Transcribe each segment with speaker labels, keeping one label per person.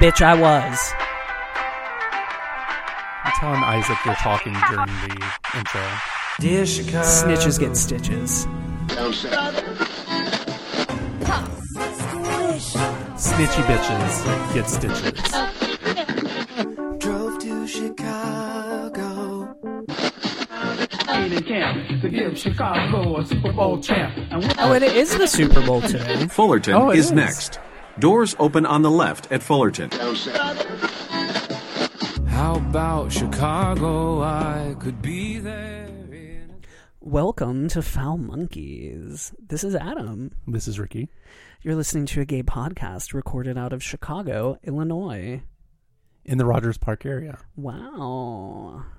Speaker 1: bitch I was.
Speaker 2: I'm telling Isaac you're talking during the intro.
Speaker 3: Dear Chicago.
Speaker 1: Snitches get stitches.
Speaker 2: Snitchy bitches get stitches.
Speaker 3: Drove to Chicago.
Speaker 4: to give Chicago a Super Bowl champ. And we-
Speaker 1: Oh, and it is the Super Bowl today.
Speaker 5: Fullerton
Speaker 2: Oh, it
Speaker 5: is,
Speaker 2: is.
Speaker 5: next. Doors open on the left at Fullerton.
Speaker 3: How about Chicago? I could be there. in-
Speaker 1: Welcome to Foul Monkeys. This is Adam.
Speaker 2: This is Ricky.
Speaker 1: You're listening to a gay podcast recorded out of Chicago, Illinois.
Speaker 2: In the Rogers Park area.
Speaker 1: Wow.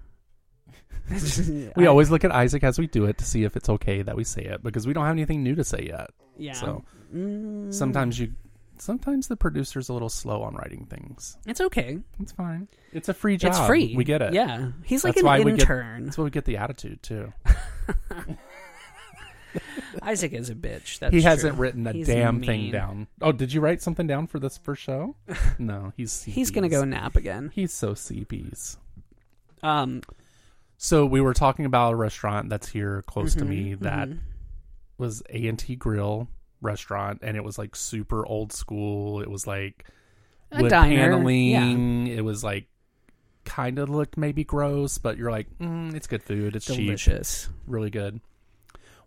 Speaker 2: We always look at Isaac as we do it to see if it's okay that we say it because we don't have anything new to say yet.
Speaker 1: Yeah. Mm.
Speaker 2: So sometimes you sometimes the producer's a little slow on writing things.
Speaker 1: It's okay.
Speaker 2: It's fine. It's a free job.
Speaker 1: It's free.
Speaker 2: We get it.
Speaker 1: Yeah. He's like
Speaker 2: That's why
Speaker 1: an
Speaker 2: we get-
Speaker 1: intern.
Speaker 2: That's why we get the attitude too.
Speaker 1: Isaac is a bitch. That's
Speaker 2: he hasn't
Speaker 1: true.
Speaker 2: written a
Speaker 1: He's
Speaker 2: damn
Speaker 1: mean.
Speaker 2: thing down. Oh, did you write something down for this first show? No, he's
Speaker 1: He's gonna go nap again.
Speaker 2: He's so CPs.
Speaker 1: Um,
Speaker 2: So we were talking about a restaurant that's here close to me
Speaker 1: mm-hmm.
Speaker 2: that was A and T Grill restaurant, and it was like super old school. It was like
Speaker 1: A
Speaker 2: wood
Speaker 1: diner,
Speaker 2: paneling. It was like kind of looked maybe gross, but you're like, mm, it's good food. It's cheap.
Speaker 1: delicious.
Speaker 2: really good.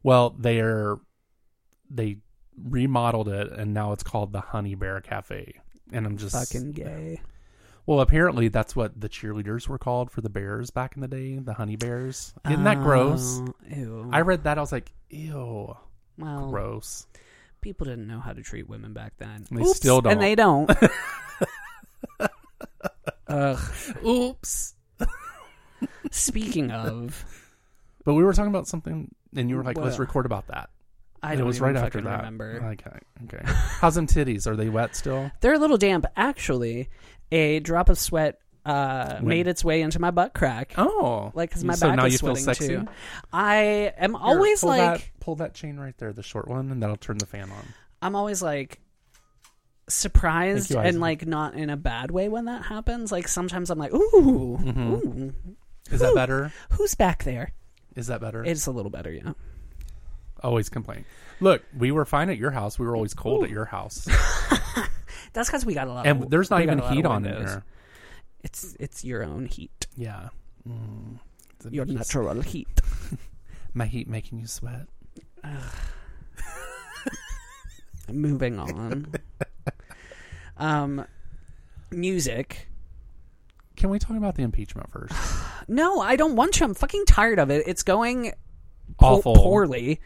Speaker 2: Well, they're they remodeled it and now it's called the Honey Bear Cafe. And I'm just
Speaker 1: Fucking gay.
Speaker 2: well, apparently that's what the cheerleaders were called for the bears back in the day, the honey bears. Isn't that gross?
Speaker 1: Oh, ew.
Speaker 2: I read that I was like, ew,
Speaker 1: well,
Speaker 2: gross.
Speaker 1: people didn't know how to treat women back then.
Speaker 2: They
Speaker 1: Oops,
Speaker 2: still
Speaker 1: and
Speaker 2: don't.
Speaker 1: they don't.
Speaker 2: Oops.
Speaker 1: Speaking of,
Speaker 2: But we were talking about something, and you were like, "Let's
Speaker 1: Well,
Speaker 2: record about that."
Speaker 1: I
Speaker 2: And it
Speaker 1: don't
Speaker 2: was
Speaker 1: even
Speaker 2: right after
Speaker 1: fucking
Speaker 2: that.
Speaker 1: remember.
Speaker 2: Okay, okay. How's them titties? Are they wet still?
Speaker 1: They're a little damp, actually. A drop of sweat uh,
Speaker 2: When-
Speaker 1: made its way into my butt crack.
Speaker 2: Oh,
Speaker 1: Like, because my
Speaker 2: so
Speaker 1: back
Speaker 2: now
Speaker 1: is
Speaker 2: you feel
Speaker 1: sweating
Speaker 2: sexy.
Speaker 1: too. I am
Speaker 2: Here,
Speaker 1: always
Speaker 2: pull
Speaker 1: like,
Speaker 2: that, pull that chain right there, the short one, and that'll turn the fan on.
Speaker 1: I'm always like surprised
Speaker 2: Thank you,
Speaker 1: and
Speaker 2: Isaac.
Speaker 1: like not in a bad way when that happens. Like sometimes I'm like, ooh,
Speaker 2: Mm-hmm.
Speaker 1: ooh
Speaker 2: Is that better?
Speaker 1: who's back there?
Speaker 2: Is that better?
Speaker 1: It's a little better, yeah.
Speaker 2: always complain. Look, we were fine at your house. We were always cold at your house,
Speaker 1: That's because we got a lot.
Speaker 2: and
Speaker 1: of,
Speaker 2: there's not
Speaker 1: we got
Speaker 2: even
Speaker 1: a lot
Speaker 2: heat
Speaker 1: of
Speaker 2: on in
Speaker 1: windows.
Speaker 2: there.
Speaker 1: It's it's your own heat,
Speaker 2: Yeah, mm. It's
Speaker 1: your
Speaker 2: just-
Speaker 1: natural heat.
Speaker 2: my heat making you sweat.
Speaker 1: Moving on. um, music.
Speaker 2: Can we talk about the impeachment first?
Speaker 1: No, I don't want you. I'm fucking tired of it. It's going po-
Speaker 2: Awful,
Speaker 1: poorly,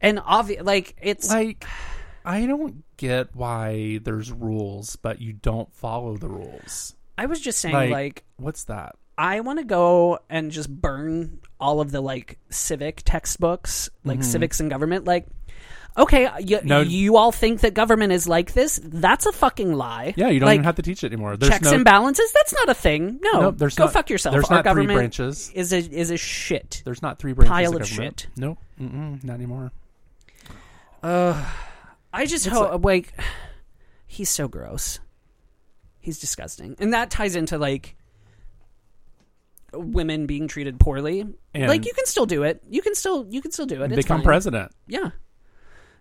Speaker 1: and obvi- like it's
Speaker 2: Like, I don't get why there's rules, but you don't follow the rules.
Speaker 1: I was just saying
Speaker 2: Like,
Speaker 1: like
Speaker 2: what's that?
Speaker 1: I want to go and just burn all of the like civic textbooks, like civics and government. Like, okay, y-
Speaker 2: Mm-hmm. No.
Speaker 1: you all think that government is like this? That's a fucking lie.
Speaker 2: Yeah, you don't
Speaker 1: like,
Speaker 2: even have to teach it anymore. There's
Speaker 1: checks
Speaker 2: no,
Speaker 1: and balances. That's not a thing. No,
Speaker 2: No, there's
Speaker 1: go
Speaker 2: not-
Speaker 1: fuck yourself.
Speaker 2: there's
Speaker 1: Our
Speaker 2: not three
Speaker 1: government
Speaker 2: branches.
Speaker 1: is a is a shit.
Speaker 2: There's not three branches
Speaker 1: Pile
Speaker 2: of,
Speaker 1: of
Speaker 2: government.
Speaker 1: shit.
Speaker 2: Nope, Mm-mm, not anymore.
Speaker 1: I just hope like he's so gross. He's disgusting, and that ties into like women being treated poorly.
Speaker 2: And-
Speaker 1: like you can still do it. You can still you can still do it. It's
Speaker 2: Become
Speaker 1: fine.
Speaker 2: president.
Speaker 1: Yeah.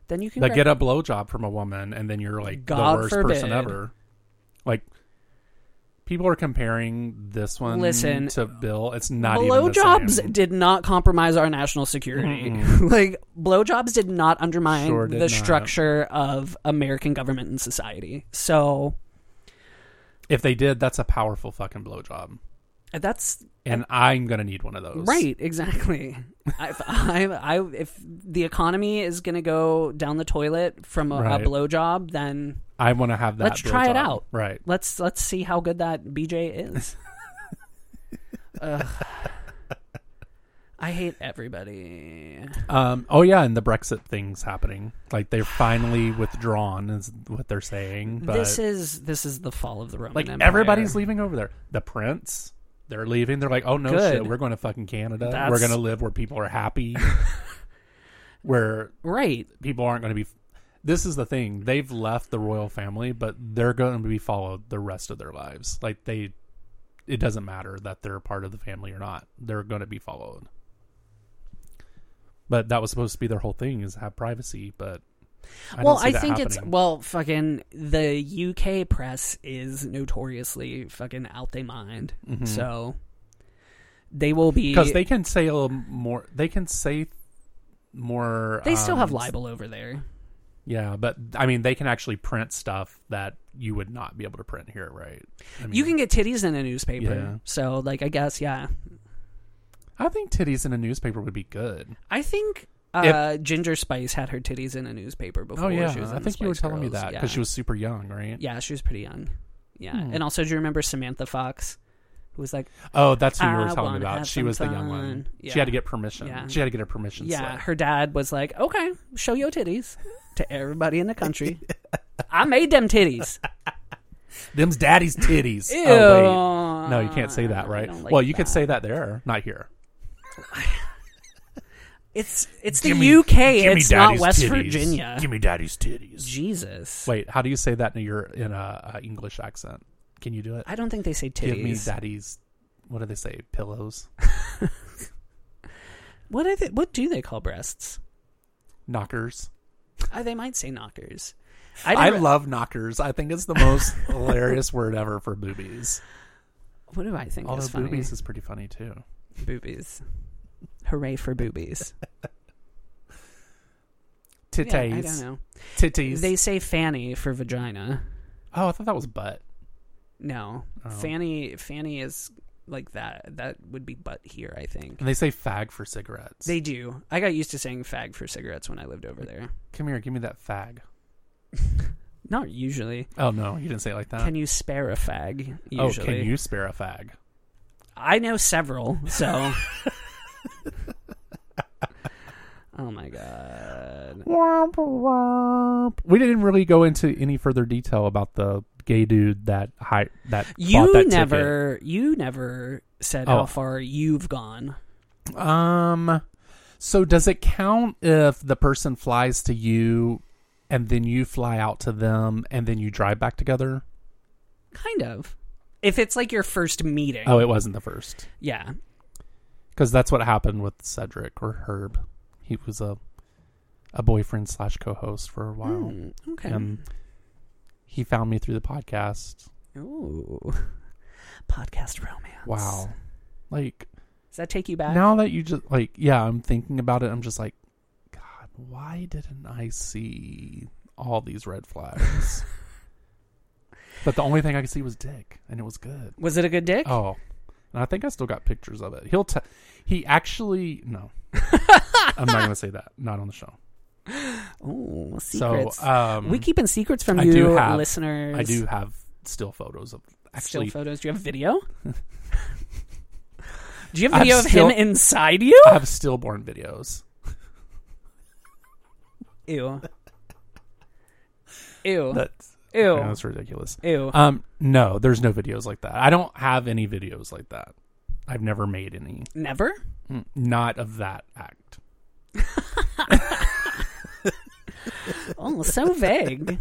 Speaker 1: Then you can
Speaker 2: like
Speaker 1: re-
Speaker 2: get a blowjob from a woman and then you're like
Speaker 1: God
Speaker 2: the worst
Speaker 1: forbid.
Speaker 2: person ever. Like people are comparing this one
Speaker 1: Listen,
Speaker 2: to Bill. It's not even the same.
Speaker 1: blowjobs did not compromise our national security. like blowjobs did not undermine
Speaker 2: Sure did
Speaker 1: the
Speaker 2: not.
Speaker 1: structure of American government and society. So
Speaker 2: if they did, that's a powerful fucking blowjob.
Speaker 1: that's
Speaker 2: And I'm gonna need one of those.
Speaker 1: right, exactly. if, I, I, if the economy is going to go down the toilet from a,
Speaker 2: Right.
Speaker 1: a blowjob, then
Speaker 2: I wanna have that
Speaker 1: let's try it
Speaker 2: blowjob.
Speaker 1: out.
Speaker 2: Right.
Speaker 1: Let's let's see how good that BJ is. Ugh. I hate everybody.
Speaker 2: Um oh yeah, and the Brexit thing's happening. Like they're finally withdrawn is what they're saying. But
Speaker 1: this is this is the fall of the Roman
Speaker 2: like
Speaker 1: Empire.
Speaker 2: everybody's leaving over there. The prince, they're leaving. They're like, oh no
Speaker 1: Good.
Speaker 2: shit, we're going to fucking Canada. We're
Speaker 1: That's-
Speaker 2: going to live where people are happy, where
Speaker 1: right.
Speaker 2: people aren't going to be. this is the thing. They've left the royal family, but they're going to be followed the rest of their lives. Like they it doesn't matter that they're a part of the family or not. They're going to be followed. But that was supposed to be their whole thing is have privacy, but I
Speaker 1: well,
Speaker 2: don't see
Speaker 1: I
Speaker 2: that
Speaker 1: think it's
Speaker 2: happening.
Speaker 1: well, fucking the UK press is notoriously fucking out they mind. So they will be
Speaker 2: because Mm-hmm. they can say a little more. They can say more.
Speaker 1: they still
Speaker 2: um,
Speaker 1: have libel over there.
Speaker 2: Yeah, but I mean, they can actually print stuff that you would not be able to print here, right? I mean,
Speaker 1: You can get titties in a newspaper.
Speaker 2: Yeah.
Speaker 1: So like I guess yeah.
Speaker 2: I think titties in a newspaper would be good.
Speaker 1: I think uh, Ginger Spice had her titties in a newspaper before
Speaker 2: Oh yeah,
Speaker 1: she was in
Speaker 2: I
Speaker 1: the
Speaker 2: think you were
Speaker 1: Spice
Speaker 2: telling me
Speaker 1: Girls.
Speaker 2: that
Speaker 1: yeah.
Speaker 2: because she was Hmm. super young, right?
Speaker 1: Yeah, she was pretty young. Yeah. And also do you remember Samantha Fox who was like
Speaker 2: Oh, that's who you were
Speaker 1: I
Speaker 2: telling me
Speaker 1: wanna
Speaker 2: about.
Speaker 1: have
Speaker 2: She
Speaker 1: some
Speaker 2: was the young one.
Speaker 1: fun.
Speaker 2: She
Speaker 1: Yeah.
Speaker 2: had to get permission.
Speaker 1: Yeah.
Speaker 2: She had to get a permission.
Speaker 1: Yeah,
Speaker 2: slip.
Speaker 1: her dad was like, "Okay, show your titties to everybody in the country." I made them titties.
Speaker 2: them's daddy's titties.
Speaker 1: Ew.
Speaker 2: Oh, wait. No, you can't say that,
Speaker 1: I
Speaker 2: right?
Speaker 1: don't like
Speaker 2: well, you could
Speaker 1: that.
Speaker 2: say that there, not here.
Speaker 1: It's it's the
Speaker 2: Give me-
Speaker 1: UK.
Speaker 2: give me
Speaker 1: It's not
Speaker 2: daddy's
Speaker 1: West
Speaker 2: titties.
Speaker 1: Virginia.
Speaker 2: Give me daddy's titties.
Speaker 1: Jesus.
Speaker 2: Wait, how do you say that in your in a, a English accent? Can you do it?
Speaker 1: I don't think they say titties.
Speaker 2: Give me daddy's. What do they say? Pillows,
Speaker 1: What are they, what do they call breasts?
Speaker 2: knockers.
Speaker 1: Uh, they might say knockers.
Speaker 2: I,
Speaker 1: never-
Speaker 2: love knockers. I think it's the most hilarious word ever for boobies.
Speaker 1: What do I think
Speaker 2: Although
Speaker 1: is funny?
Speaker 2: boobies is pretty funny too.
Speaker 1: Boobies. Hooray for boobies.
Speaker 2: Titties,
Speaker 1: Yeah, I don't know.
Speaker 2: titties.
Speaker 1: They say fanny for vagina.
Speaker 2: oh, I thought that was butt.
Speaker 1: No,
Speaker 2: Oh.
Speaker 1: fanny fanny is like that. That would be butt here, I think.
Speaker 2: And they say fag for cigarettes.
Speaker 1: They do. I got used to saying fag for cigarettes when I lived over there.
Speaker 2: Come here, give me that fag.
Speaker 1: Not usually.
Speaker 2: Oh no, you didn't say it like that.
Speaker 1: Can you spare a fag?
Speaker 2: oh,
Speaker 1: Usually.
Speaker 2: can you spare a fag?
Speaker 1: I know several, so. oh my god.
Speaker 2: We didn't really go into any further detail about the gay dude that hi- that bought
Speaker 1: You
Speaker 2: that
Speaker 1: never, you never said
Speaker 2: Oh.
Speaker 1: how far you've gone.
Speaker 2: ticket. Um, so does it count if the person flies to you, and then you fly out to them, and then you drive back together?
Speaker 1: Kind of. If it's like your first meeting,
Speaker 2: Oh, it wasn't the first
Speaker 1: yeah.
Speaker 2: because that's what happened with Cedric or Herb. He was a a boyfriend slash co-host for a while.
Speaker 1: Hmm, Okay.
Speaker 2: Um, he found me through the podcast.
Speaker 1: Ooh. Podcast romance.
Speaker 2: Wow. Like
Speaker 1: Does that take you back?
Speaker 2: now that you just like yeah, I'm thinking about it. I'm just like, God, why didn't I see all these red flags? but the only thing I could see was dick, and it was good.
Speaker 1: Was it a good dick?
Speaker 2: Oh, and I think I still got pictures of it. He'll t- he actually no. I'm not gonna say that. Not on the show.
Speaker 1: Ooh, secrets.
Speaker 2: So um,
Speaker 1: we keeping secrets from
Speaker 2: I
Speaker 1: you,
Speaker 2: do have-
Speaker 1: listeners.
Speaker 2: I do have still photos of actually.
Speaker 1: still photos. Do you have video? do you have
Speaker 2: I've
Speaker 1: video of
Speaker 2: still-
Speaker 1: him inside you?
Speaker 2: I have stillborn videos.
Speaker 1: Ew. Ew.
Speaker 2: That's
Speaker 1: Ew.
Speaker 2: Yeah, that's ridiculous.
Speaker 1: Ew.
Speaker 2: Um, no, there's no videos like that. I don't have any videos like that. I've never made any,
Speaker 1: Never?
Speaker 2: not of that act.
Speaker 1: Oh, so vague.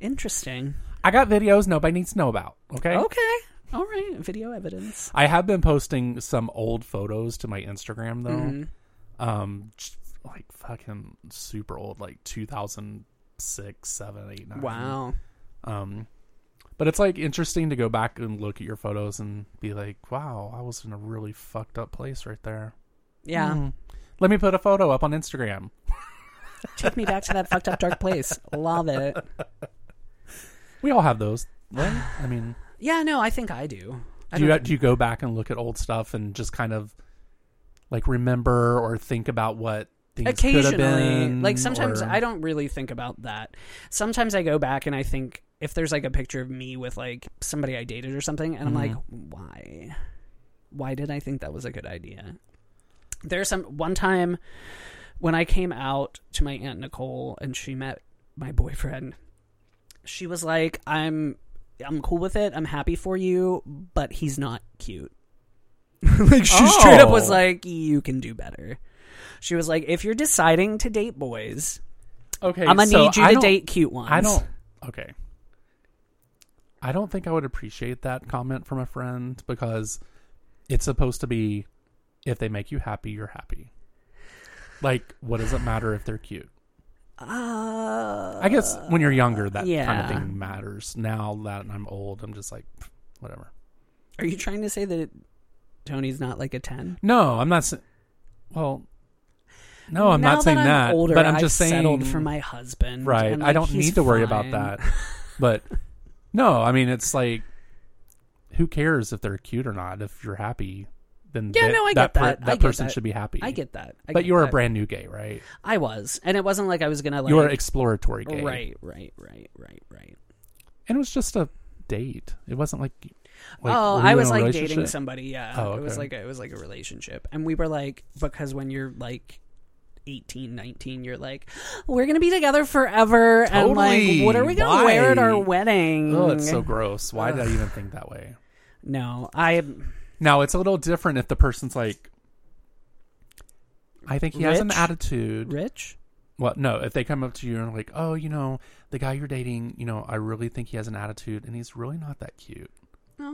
Speaker 1: Interesting.
Speaker 2: I got videos nobody needs to know about. Okay.
Speaker 1: Okay. All right. Video evidence.
Speaker 2: I have been posting some old photos to my Instagram though.
Speaker 1: Mm-hmm.
Speaker 2: Um, just, like fucking super old, like 2006, 7, 8, 9.
Speaker 1: Wow.
Speaker 2: Um, but it's like interesting to go back and look at your photos and be like, wow, I was in a really fucked up place right there. Hmm.
Speaker 1: Yeah.
Speaker 2: mm. Let me put a photo up on Instagram.
Speaker 1: Take me back to that fucked up dark place. Love it.
Speaker 2: We all have those, right? I mean,
Speaker 1: Yeah, no, I think I do. I
Speaker 2: do you
Speaker 1: don't-
Speaker 2: do you go back and look at old stuff and just kind of like remember or think about what things could have
Speaker 1: occasionally
Speaker 2: been?
Speaker 1: like sometimes
Speaker 2: or-
Speaker 1: i don't really think about that sometimes i go back and i think if there's like a picture of me with like somebody i dated or something and i'm like
Speaker 2: Mm-hmm.
Speaker 1: why why did i think that was a good idea there's some one time when i came out to my aunt nicole and she met my boyfriend she was like i'm i'm cool with it i'm happy for you but he's not cute like she straight up was
Speaker 2: Oh.
Speaker 1: like you can do better she was like, if you're deciding to date boys,
Speaker 2: Okay,
Speaker 1: I'm gonna
Speaker 2: so
Speaker 1: need you
Speaker 2: I
Speaker 1: to
Speaker 2: don't-
Speaker 1: date cute ones.
Speaker 2: I don't. Okay. I don't think I would appreciate that comment from a friend because it's supposed to be if they make you happy, you're happy. Like, what does it matter if they're cute?
Speaker 1: Uh,
Speaker 2: I guess when you're younger, that kind
Speaker 1: yeah.
Speaker 2: of thing matters. Now that I'm old, I'm just like, pff, whatever.
Speaker 1: are you trying to say that Tony's not like a ten?
Speaker 2: No, I'm not. Sa- well, no, I'm
Speaker 1: now
Speaker 2: not saying
Speaker 1: that.
Speaker 2: that.
Speaker 1: I'm older,
Speaker 2: but I'm
Speaker 1: I've
Speaker 2: just saying,
Speaker 1: settled for my husband.
Speaker 2: right?
Speaker 1: and,
Speaker 2: I
Speaker 1: like,
Speaker 2: don't
Speaker 1: he's
Speaker 2: need to worry
Speaker 1: fine.
Speaker 2: about that. But no, I mean, it's like, who cares if they're cute or not? If you're happy, then
Speaker 1: Yeah,
Speaker 2: that,
Speaker 1: no, I get
Speaker 2: that
Speaker 1: that. I
Speaker 2: that
Speaker 1: get
Speaker 2: person
Speaker 1: that.
Speaker 2: should be happy.
Speaker 1: I get that. I
Speaker 2: but
Speaker 1: get
Speaker 2: you're
Speaker 1: that.
Speaker 2: a brand new gay, right?
Speaker 1: I was, and it wasn't like I was gonna like.
Speaker 2: you're exploratory gay,
Speaker 1: right, right, right, right, right.
Speaker 2: And it was just a date. It wasn't like. like
Speaker 1: oh,
Speaker 2: were you
Speaker 1: I
Speaker 2: in
Speaker 1: was
Speaker 2: a
Speaker 1: like
Speaker 2: relationship?
Speaker 1: dating somebody. Yeah,
Speaker 2: Oh,
Speaker 1: it was
Speaker 2: okay.
Speaker 1: like a, it was like a relationship, and we were like because when you're like. 18 19 you're like we're gonna be together forever and
Speaker 2: Totally.
Speaker 1: like what are we gonna
Speaker 2: Why?
Speaker 1: wear at our wedding
Speaker 2: Oh, it's
Speaker 1: Mm.
Speaker 2: so gross. Why did I even think that way?
Speaker 1: no i
Speaker 2: Now it's a little different if the person's like, I think he has an
Speaker 1: Rich?
Speaker 2: attitude.
Speaker 1: rich
Speaker 2: Well, no, if they come up to you and are like, oh, you know, the guy you're dating, you know, I really think he has an attitude, and he's really not that cute.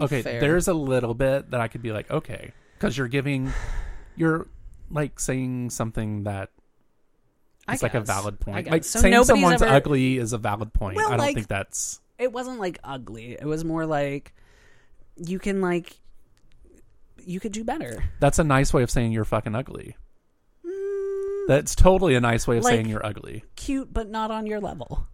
Speaker 2: okay,
Speaker 1: fair.
Speaker 2: there's a little bit that I could be like, okay, because you're giving, you're like saying something that
Speaker 1: I
Speaker 2: is like a
Speaker 1: guess.
Speaker 2: valid
Speaker 1: I
Speaker 2: point.
Speaker 1: guess.
Speaker 2: Like
Speaker 1: So
Speaker 2: saying
Speaker 1: nobody's
Speaker 2: someone's
Speaker 1: ever-
Speaker 2: ugly is a valid point.
Speaker 1: Well,
Speaker 2: I don't
Speaker 1: like-
Speaker 2: think that's
Speaker 1: it wasn't like ugly. It was more like you can like you could do better.
Speaker 2: that's a nice way of saying you're fucking ugly. That's totally a nice way of
Speaker 1: Mm. Like-
Speaker 2: saying you're ugly.
Speaker 1: Cute but not on your level.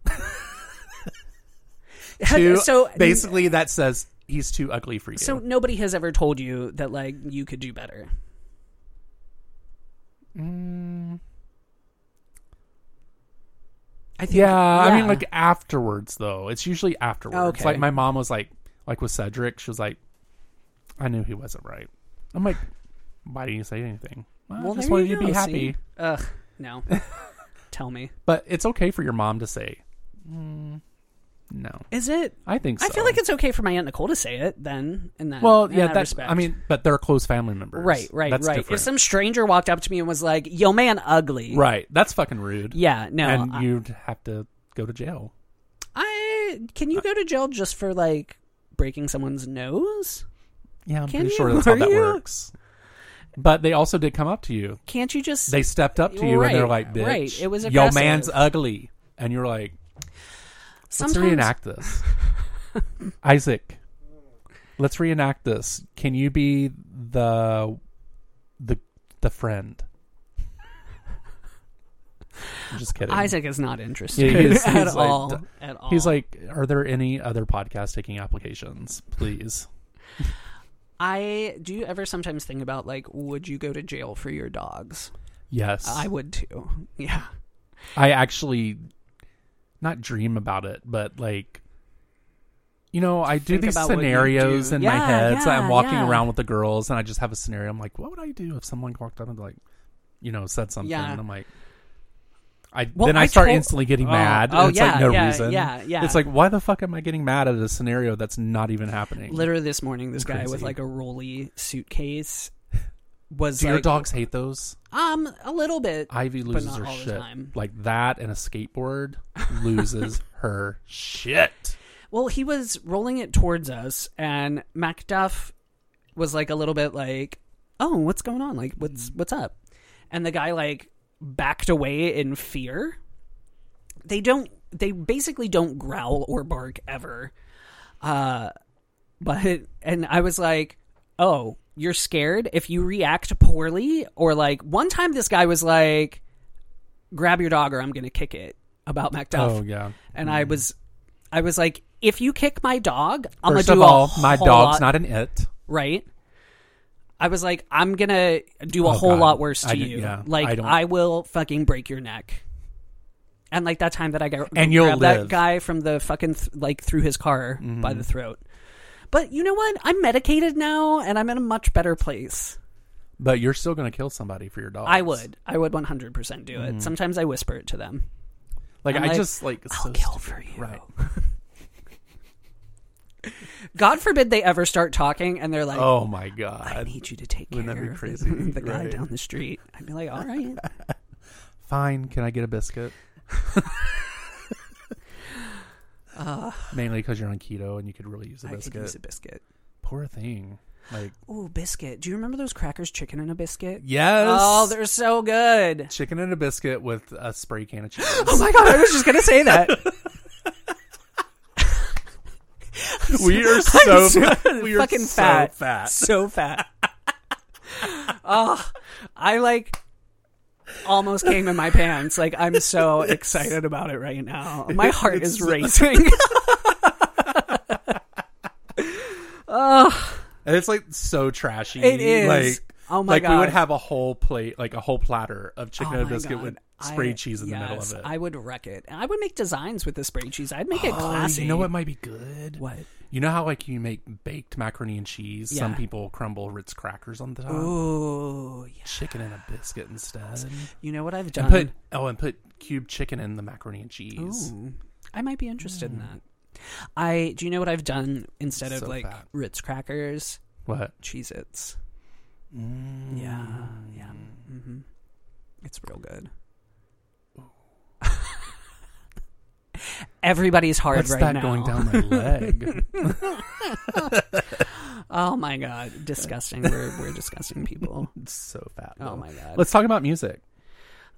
Speaker 2: Too-
Speaker 1: uh, so
Speaker 2: basically, that says he's too ugly for you.
Speaker 1: so nobody has ever told you that like you could do better.
Speaker 2: Mm.
Speaker 1: I think
Speaker 2: yeah, I mean,
Speaker 1: yeah.
Speaker 2: like afterwards though. It's usually afterwards.
Speaker 1: Okay.
Speaker 2: Like my mom was like, like with Cedric, she was like, I knew he wasn't right. I'm like, why didn't you say anything? Well, I just
Speaker 1: there
Speaker 2: wanted you to be
Speaker 1: go,
Speaker 2: happy.
Speaker 1: see? Ugh, no. Tell me.
Speaker 2: But it's okay for your mom to say, mm, no.
Speaker 1: Is it
Speaker 2: I think so.
Speaker 1: I feel like it's okay for my aunt Nicole to say it then and then
Speaker 2: well,
Speaker 1: in
Speaker 2: yeah.
Speaker 1: that
Speaker 2: That's
Speaker 1: respect.
Speaker 2: I mean, but they're close family members,
Speaker 1: Right, right,
Speaker 2: That's
Speaker 1: right.
Speaker 2: Different.
Speaker 1: If some stranger walked up to me and was like, "Yo, man, ugly,"
Speaker 2: right, that's fucking rude.
Speaker 1: Yeah, no.
Speaker 2: and
Speaker 1: I,
Speaker 2: you'd have to go to jail.
Speaker 1: I- can
Speaker 2: Uh,
Speaker 1: you go to jail just for like breaking someone's nose?
Speaker 2: Yeah, I'm
Speaker 1: Can
Speaker 2: pretty
Speaker 1: you?
Speaker 2: sure that's how
Speaker 1: Are
Speaker 2: that
Speaker 1: you?
Speaker 2: works. But they also did come up to you.
Speaker 1: Can't you just?
Speaker 2: They stepped up to you and they're
Speaker 1: Right,
Speaker 2: like, "Bitch,
Speaker 1: right. It was
Speaker 2: yo,
Speaker 1: aggressive.
Speaker 2: man's ugly," and you're like, "Let's reenact this, Isaac. Let's reenact this. Can you be the the the friend?" I'm just kidding.
Speaker 1: Isaac is not interested
Speaker 2: Yeah, he is-
Speaker 1: at
Speaker 2: he's like-
Speaker 1: all. at all.
Speaker 2: He's like, "Are there any other podcast taking applications, please?"
Speaker 1: I do. You ever sometimes think about like, would you go to jail for your dogs?
Speaker 2: Yes,
Speaker 1: I would too. Yeah.
Speaker 2: I actually not dream about it, but like you know, I do
Speaker 1: Think
Speaker 2: these
Speaker 1: about what you
Speaker 2: scenarios
Speaker 1: do.
Speaker 2: in my
Speaker 1: Yeah,
Speaker 2: head. so
Speaker 1: yeah,
Speaker 2: I'm walking
Speaker 1: yeah.
Speaker 2: around with the girls and I just have a scenario. I'm like, what would I do if someone walked up and like, you know, said something?
Speaker 1: Yeah.
Speaker 2: And I'm like, I
Speaker 1: Well,
Speaker 2: then I,
Speaker 1: I
Speaker 2: start
Speaker 1: told-
Speaker 2: instantly getting
Speaker 1: Oh,
Speaker 2: mad.
Speaker 1: oh,
Speaker 2: and it's
Speaker 1: yeah,
Speaker 2: like no
Speaker 1: yeah,
Speaker 2: reason.
Speaker 1: yeah, yeah.
Speaker 2: It's like why the fuck am I getting mad at a scenario that's not even happening?
Speaker 1: Literally this morning, this guy with
Speaker 2: Crazy.
Speaker 1: like a rolly suitcase was
Speaker 2: do your
Speaker 1: like,
Speaker 2: dogs hate those?
Speaker 1: um a little bit.
Speaker 2: Ivy
Speaker 1: but
Speaker 2: loses
Speaker 1: not
Speaker 2: her
Speaker 1: all the
Speaker 2: shit.
Speaker 1: time.
Speaker 2: Like that and a skateboard loses her shit.
Speaker 1: Well, he was rolling it towards us, and Macduff was like a little bit like, "Oh, what's going on? Like, what's what's up?" And the guy like backed away in fear. They don't. They basically don't growl or bark ever. Uh, but and I was like, "Oh, you're scared. If you react poorly, or like one time, this guy was like, "Grab your dog, or I'm gonna kick it." About Macduff
Speaker 2: Oh yeah.
Speaker 1: and I was, I was like, if you kick my dog, I'm
Speaker 2: First
Speaker 1: gonna
Speaker 2: of
Speaker 1: do
Speaker 2: all,
Speaker 1: a
Speaker 2: my
Speaker 1: whole
Speaker 2: dog's
Speaker 1: lot,
Speaker 2: not an it.
Speaker 1: right. I was like, I'm gonna do a
Speaker 2: Oh,
Speaker 1: whole
Speaker 2: God.
Speaker 1: lot worse to
Speaker 2: I didn't-
Speaker 1: you.
Speaker 2: yeah, I
Speaker 1: like
Speaker 2: don't-
Speaker 1: I, will fucking break your neck. And like that time that I got
Speaker 2: And you'll
Speaker 1: grabbed that
Speaker 2: live. Mm-hmm.
Speaker 1: guy from the fucking th- like through his car by the throat. But you know what? I'm medicated now, and I'm in a much better place.
Speaker 2: But you're still going to kill somebody for your dog.
Speaker 1: I would, I would 100 percent do
Speaker 2: Mm-hmm.
Speaker 1: it. Sometimes I whisper it to them.
Speaker 2: Like
Speaker 1: I'm
Speaker 2: I
Speaker 1: like,
Speaker 2: just like it's
Speaker 1: I'll
Speaker 2: so
Speaker 1: kill
Speaker 2: stupid.
Speaker 1: for you.
Speaker 2: Right.
Speaker 1: God forbid they ever start talking, and they're like,
Speaker 2: Oh my
Speaker 1: I
Speaker 2: god.
Speaker 1: need you to take care
Speaker 2: wouldn't that be
Speaker 1: of
Speaker 2: crazy?
Speaker 1: the guy
Speaker 2: Right.
Speaker 1: down the street. I'd be like, all right.
Speaker 2: Fine. Can I get a biscuit? Mainly because you're on keto and you could really use a
Speaker 1: Uh, I could
Speaker 2: biscuit.
Speaker 1: use Oh, a biscuit.
Speaker 2: Poor thing. Like
Speaker 1: Ooh, biscuit. Do you remember those crackers, chicken and a biscuit?
Speaker 2: yes,
Speaker 1: Oh, they're so good.
Speaker 2: chicken and a biscuit with a spray can of cheese.
Speaker 1: Oh my god, I was just gonna say that.
Speaker 2: we are so,
Speaker 1: so
Speaker 2: we are
Speaker 1: fucking
Speaker 2: so
Speaker 1: fat.
Speaker 2: fat.
Speaker 1: so fat. oh, I like almost came in my pants. Like I'm so excited about it right now. My heart is racing.
Speaker 2: And it's like so trashy.
Speaker 1: It is.
Speaker 2: Like,
Speaker 1: Oh my
Speaker 2: like we would
Speaker 1: God.
Speaker 2: have a whole plate, like a whole platter of chicken
Speaker 1: Oh
Speaker 2: and a
Speaker 1: my
Speaker 2: biscuit
Speaker 1: God.
Speaker 2: with
Speaker 1: I-
Speaker 2: spray cheese in the middle
Speaker 1: yes,
Speaker 2: of it.
Speaker 1: I would wreck it. And I would make designs with the spray cheese. I'd make it
Speaker 2: Oh,
Speaker 1: classy.
Speaker 2: you know what might be good?
Speaker 1: What?
Speaker 2: You know how like you make baked macaroni and cheese. Some
Speaker 1: Yeah.
Speaker 2: people crumble Ritz crackers on the top.
Speaker 1: Ooh, yeah.
Speaker 2: Chicken and a biscuit instead.
Speaker 1: you know what I've
Speaker 2: And
Speaker 1: done.
Speaker 2: put oh, and put cube chicken in the macaroni and cheese. Hmm.
Speaker 1: Ooh, I might be interested in that. I do you know what I've done instead of
Speaker 2: So
Speaker 1: like
Speaker 2: fat.
Speaker 1: Ritz crackers,
Speaker 2: What?
Speaker 1: Cheez Its.
Speaker 2: Mm.
Speaker 1: Yeah, yeah. hmm It's real good. Everybody's hard
Speaker 2: What's
Speaker 1: right
Speaker 2: that
Speaker 1: now.
Speaker 2: going down my leg?
Speaker 1: Oh my god, disgusting. we're we're disgusting people.
Speaker 2: so fat.
Speaker 1: Oh
Speaker 2: Will.
Speaker 1: my God.
Speaker 2: Let's talk about music.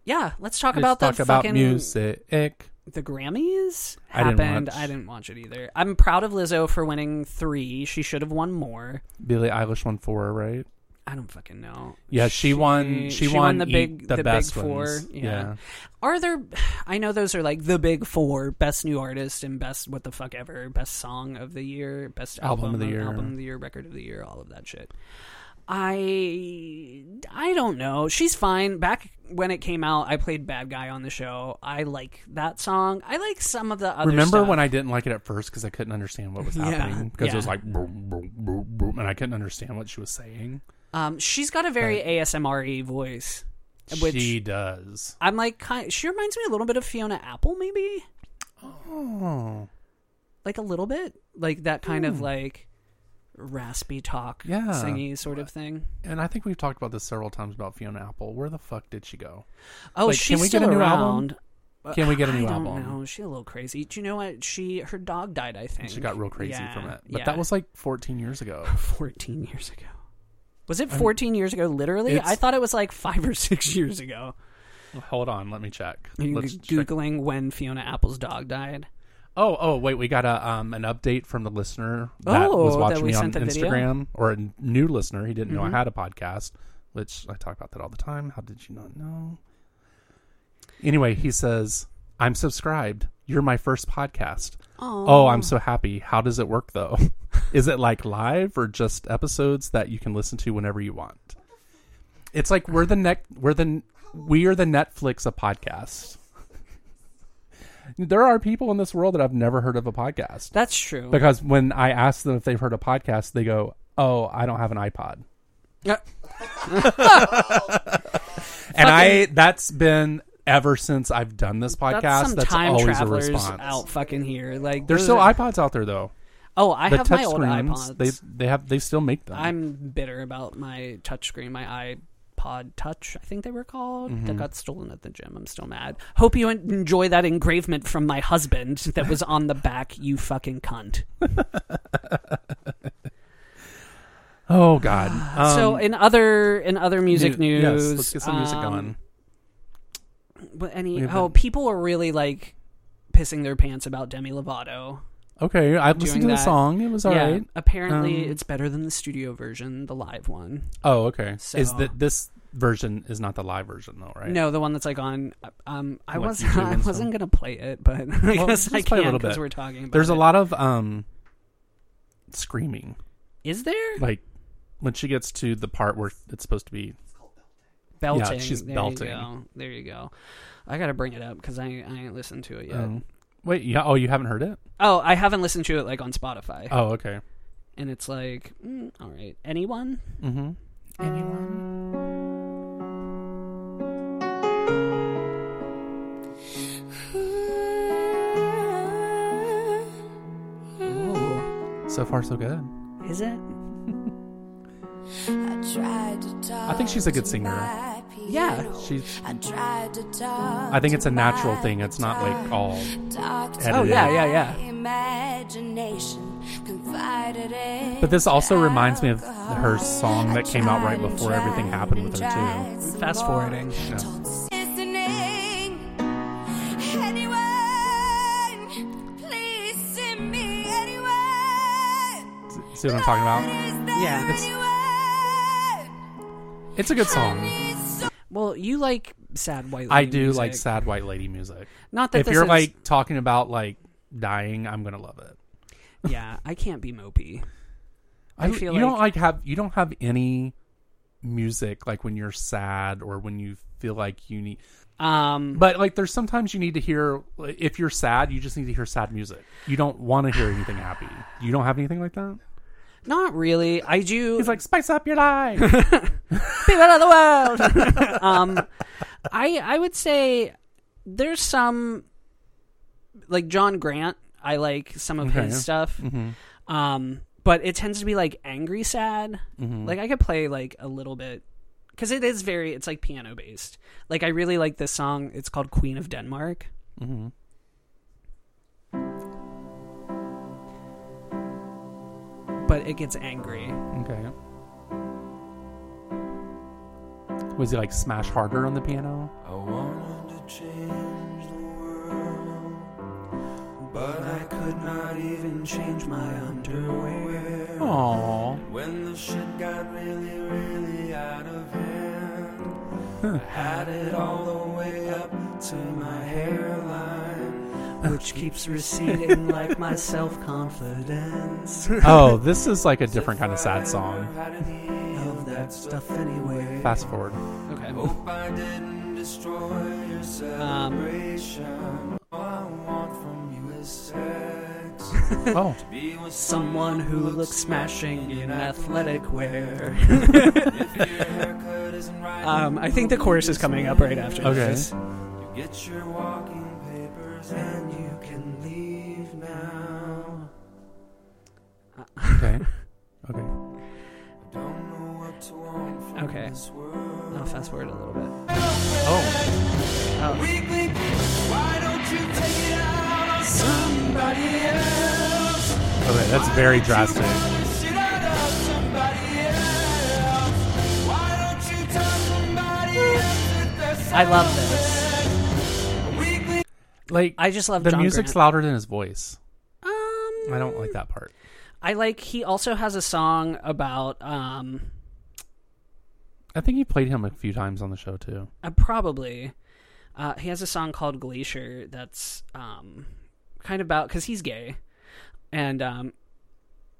Speaker 1: Yeah, let's talk
Speaker 2: Let's
Speaker 1: about the
Speaker 2: talk about
Speaker 1: fucking
Speaker 2: music.
Speaker 1: the Grammys
Speaker 2: I didn't
Speaker 1: happened.
Speaker 2: watch.
Speaker 1: I didn't watch it either. I'm proud of Lizzo for winning three. She should have won more.
Speaker 2: Billie Eilish won four, right?
Speaker 1: I don't fucking know.
Speaker 2: Yeah, she, won. She, won,
Speaker 1: the
Speaker 2: eat
Speaker 1: big
Speaker 2: the,
Speaker 1: the
Speaker 2: best
Speaker 1: big four.
Speaker 2: ones.
Speaker 1: Yeah. Are there? I know those are like the big four: best new artist and best what the fuck ever, best song of the year, best
Speaker 2: Album
Speaker 1: album,
Speaker 2: of the year.
Speaker 1: album of the year, record of the year, all of that shit. I I don't know. She's fine. Back when it came out, I played Bad Guy on the show. I like that song. I like some of the other.
Speaker 2: Remember
Speaker 1: stuff.
Speaker 2: when I didn't like it at first because I couldn't understand what was
Speaker 1: Yeah.
Speaker 2: happening because it was
Speaker 1: Yeah.
Speaker 2: like boom, boom, boom, boom, and I couldn't understand what she was saying.
Speaker 1: Um, she's got a very ASMR voice, which
Speaker 2: she does.
Speaker 1: I'm like. Kind, she reminds me a little bit of Fiona Apple, maybe.
Speaker 2: Oh,
Speaker 1: like a little bit like that kind of like raspy talk
Speaker 2: Hmm. Yeah.
Speaker 1: singy sort of thing
Speaker 2: and I think we've talked about this several times about Fiona Apple. Where the fuck did she go?
Speaker 1: oh
Speaker 2: Like,
Speaker 1: she's
Speaker 2: can we
Speaker 1: still
Speaker 2: get a new
Speaker 1: around
Speaker 2: album? Can we get a new
Speaker 1: Uh, I don't
Speaker 2: album?
Speaker 1: know. She's a little crazy. Do you know what? She her dog died. I think
Speaker 2: She got real crazy
Speaker 1: Yeah,
Speaker 2: from it, but
Speaker 1: yeah.
Speaker 2: that was like 14 years ago.
Speaker 1: fourteen years ago. Was it 14 years ago? Literally,
Speaker 2: It's-
Speaker 1: I thought it was like five or six years ago.
Speaker 2: Hold on, let me check.
Speaker 1: Are you
Speaker 2: Let's check.
Speaker 1: googling when Fiona Apple's dog died?
Speaker 2: Oh, oh, wait, we got a um an update from the listener that
Speaker 1: Oh,
Speaker 2: was
Speaker 1: that
Speaker 2: watching
Speaker 1: we
Speaker 2: me on
Speaker 1: sent the video? Mm-hmm.
Speaker 2: Instagram, or a n- new listener. He didn't know I had a podcast, which I talk about that all the time. How did you not know? Anyway, he says, "I'm subscribed. You're my first podcast. Oh, I'm so happy. How does it work though? Is it like live or just episodes that you can listen to whenever you want? It's like we're the neck. We're the we are the Netflix of podcasts." There are people in this world that I've never heard of a podcast.
Speaker 1: That's true.
Speaker 2: Because when I ask them if they've heard a podcast, they go, "Oh, I don't have an iPod."
Speaker 1: Uh,
Speaker 2: And I that's been ever since I've done this podcast.
Speaker 1: that's
Speaker 2: That's,
Speaker 1: some time
Speaker 2: always a
Speaker 1: travelers
Speaker 2: response.
Speaker 1: out fucking here. Like
Speaker 2: There's
Speaker 1: those
Speaker 2: still
Speaker 1: are-
Speaker 2: iPods out there though.
Speaker 1: Oh, I
Speaker 2: The
Speaker 1: have my
Speaker 2: touch
Speaker 1: old
Speaker 2: screens,
Speaker 1: iPods.
Speaker 2: they they have they still make them.
Speaker 1: I'm bitter about my touchscreen, my iPod Touch, I think they were called,
Speaker 2: Mm-hmm.
Speaker 1: that got stolen at the gym. I'm still mad. Hope you en- enjoy that engravement from my husband that was on the back, you fucking cunt.
Speaker 2: oh God. Um,
Speaker 1: so in other in other music
Speaker 2: new-
Speaker 1: news,
Speaker 2: yes, let's get some music
Speaker 1: um,
Speaker 2: going.
Speaker 1: But any
Speaker 2: We've
Speaker 1: oh,
Speaker 2: been-
Speaker 1: people are really like pissing their pants about Demi Lovato.
Speaker 2: Okay, I listened to the
Speaker 1: that.
Speaker 2: song. It was all right.
Speaker 1: yeah, apparently
Speaker 2: Um,
Speaker 1: it's better than the studio version, the live one.
Speaker 2: Oh, okay. Is
Speaker 1: So-
Speaker 2: that this version is not the live version though, right?
Speaker 1: No, the one that's like on. Um, I
Speaker 2: Like
Speaker 1: was
Speaker 2: YouTube
Speaker 1: I
Speaker 2: and
Speaker 1: wasn't gonna play it, but I guess
Speaker 2: just
Speaker 1: I
Speaker 2: play a
Speaker 1: can
Speaker 2: little
Speaker 1: because
Speaker 2: bit.
Speaker 1: we're talking about.
Speaker 2: There's a
Speaker 1: it.
Speaker 2: lot of um screaming.
Speaker 1: Is there
Speaker 2: like when she gets to the part where it's supposed to be
Speaker 1: belting?
Speaker 2: she's
Speaker 1: there
Speaker 2: belting.
Speaker 1: You go. There you go. I gotta bring it up because I I ain't listened to it yet.
Speaker 2: um, wait yeah oh you haven't heard it
Speaker 1: Oh, I haven't listened to it like on Spotify,
Speaker 2: oh okay
Speaker 1: and it's like, mm, all right, anyone?
Speaker 2: mm-hmm anyone so far so good
Speaker 1: Is it?
Speaker 6: I tried to talk
Speaker 2: think she's a good singer.
Speaker 6: to my people.
Speaker 1: Yeah.
Speaker 2: She's.
Speaker 6: I tried to talk.
Speaker 2: I think it's a natural thing. It's not like all.
Speaker 6: Oh
Speaker 2: edited. yeah,
Speaker 1: yeah, yeah.
Speaker 6: Imagination confided in
Speaker 2: But this also reminds me of her song that came out right before everything happened with her too.
Speaker 1: Fast forwarding.
Speaker 6: Listening. Anyone, please send me anyone.
Speaker 2: See what I'm talking about?
Speaker 1: Yeah.
Speaker 6: Anyone.
Speaker 2: It's a good song.
Speaker 1: Well, you like sad white.
Speaker 2: I
Speaker 1: lady
Speaker 2: do like
Speaker 1: music.
Speaker 2: sad white lady music.
Speaker 1: Not that
Speaker 2: If
Speaker 1: this
Speaker 2: you're
Speaker 1: is-
Speaker 2: like talking about like dying, I'm gonna love it.
Speaker 1: yeah, I can't be mopey.
Speaker 2: I,
Speaker 1: feel
Speaker 2: you don't
Speaker 1: like-
Speaker 2: like have you don't have any music like when you're sad or when you feel like you need.
Speaker 1: Um,
Speaker 2: But like, there's sometimes you need to hear if you're sad, you just need to hear sad music. You don't want to hear anything happy. You don't have anything like that.
Speaker 1: not really. I do.
Speaker 2: It's like spice up your life.
Speaker 1: people of the world. um, I I would say there's some like John Grant. I like some of
Speaker 2: Okay.
Speaker 1: his stuff. Um, but it tends to be like angry sad. Like I could play like a little bit because it is very it's like piano based. Like I really like this song. It's called Queen of Denmark. But it gets angry.
Speaker 2: okay. Was he like smash harder on the piano?
Speaker 3: I wanted to change the world, but I could not even change my underwear.
Speaker 2: Aww.
Speaker 3: When the shit got really, really out of hand, I had it all the way up to my hairline, which keeps receding like my self confidence.
Speaker 2: Oh, this is like a different kind of sad song.
Speaker 3: Had any of that stuff anyway.
Speaker 2: Fast forward.
Speaker 1: Okay. Um,
Speaker 3: Hope I didn't destroy your celebration. All I want from you is sex.
Speaker 2: Oh,
Speaker 3: Be with
Speaker 1: Someone who looks smashing in athletic wear.
Speaker 3: your haircut isn't right.
Speaker 1: um, I think the chorus is coming up right after
Speaker 2: Okay.
Speaker 1: this.
Speaker 3: You get your walking papers and you can leave now.
Speaker 2: okay. Okay.
Speaker 3: I don't know what to want from
Speaker 1: Okay.
Speaker 3: this world.
Speaker 1: I'll fast forward a little bit.
Speaker 2: Oh,
Speaker 3: Weekly, why don't you take it out on somebody else?
Speaker 2: okay. That's very drastic.
Speaker 3: Shit out of somebody else. Why don't you tell somebody else that there's
Speaker 1: I love this.
Speaker 3: weekly?
Speaker 2: Like
Speaker 1: I just love
Speaker 2: the
Speaker 1: John
Speaker 2: music's
Speaker 1: Grant.
Speaker 2: louder than his voice.
Speaker 1: Um,
Speaker 2: I don't like that part.
Speaker 1: I like. He also has a song about um,
Speaker 2: I think you played him a few times on the show too.
Speaker 1: uh, probably. Uh, he has a song called Glacier that's um, kind of about because he's gay, and um,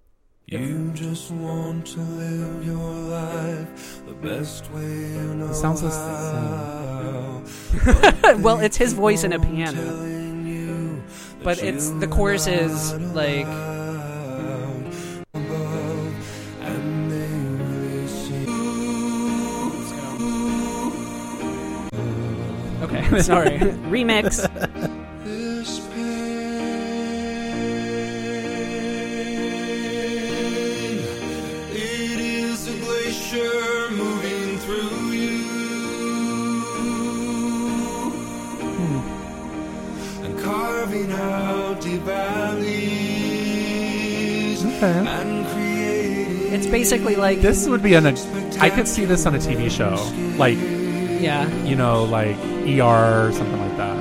Speaker 3: You just want to live your life the best way you know
Speaker 2: It sounds the same.
Speaker 3: how.
Speaker 1: well, it's his voice in a piano,
Speaker 3: Telling you
Speaker 1: but it's the chorus is like
Speaker 3: out above, and they really see
Speaker 1: okay, sorry, remix.
Speaker 3: this pain. It is a glacier moving through you and carving out the valleys
Speaker 2: Okay.
Speaker 3: and creating.
Speaker 1: It's basically like
Speaker 2: This would be an. I could see this on a TV show, like
Speaker 1: yeah.
Speaker 2: you know, like ER or something like that.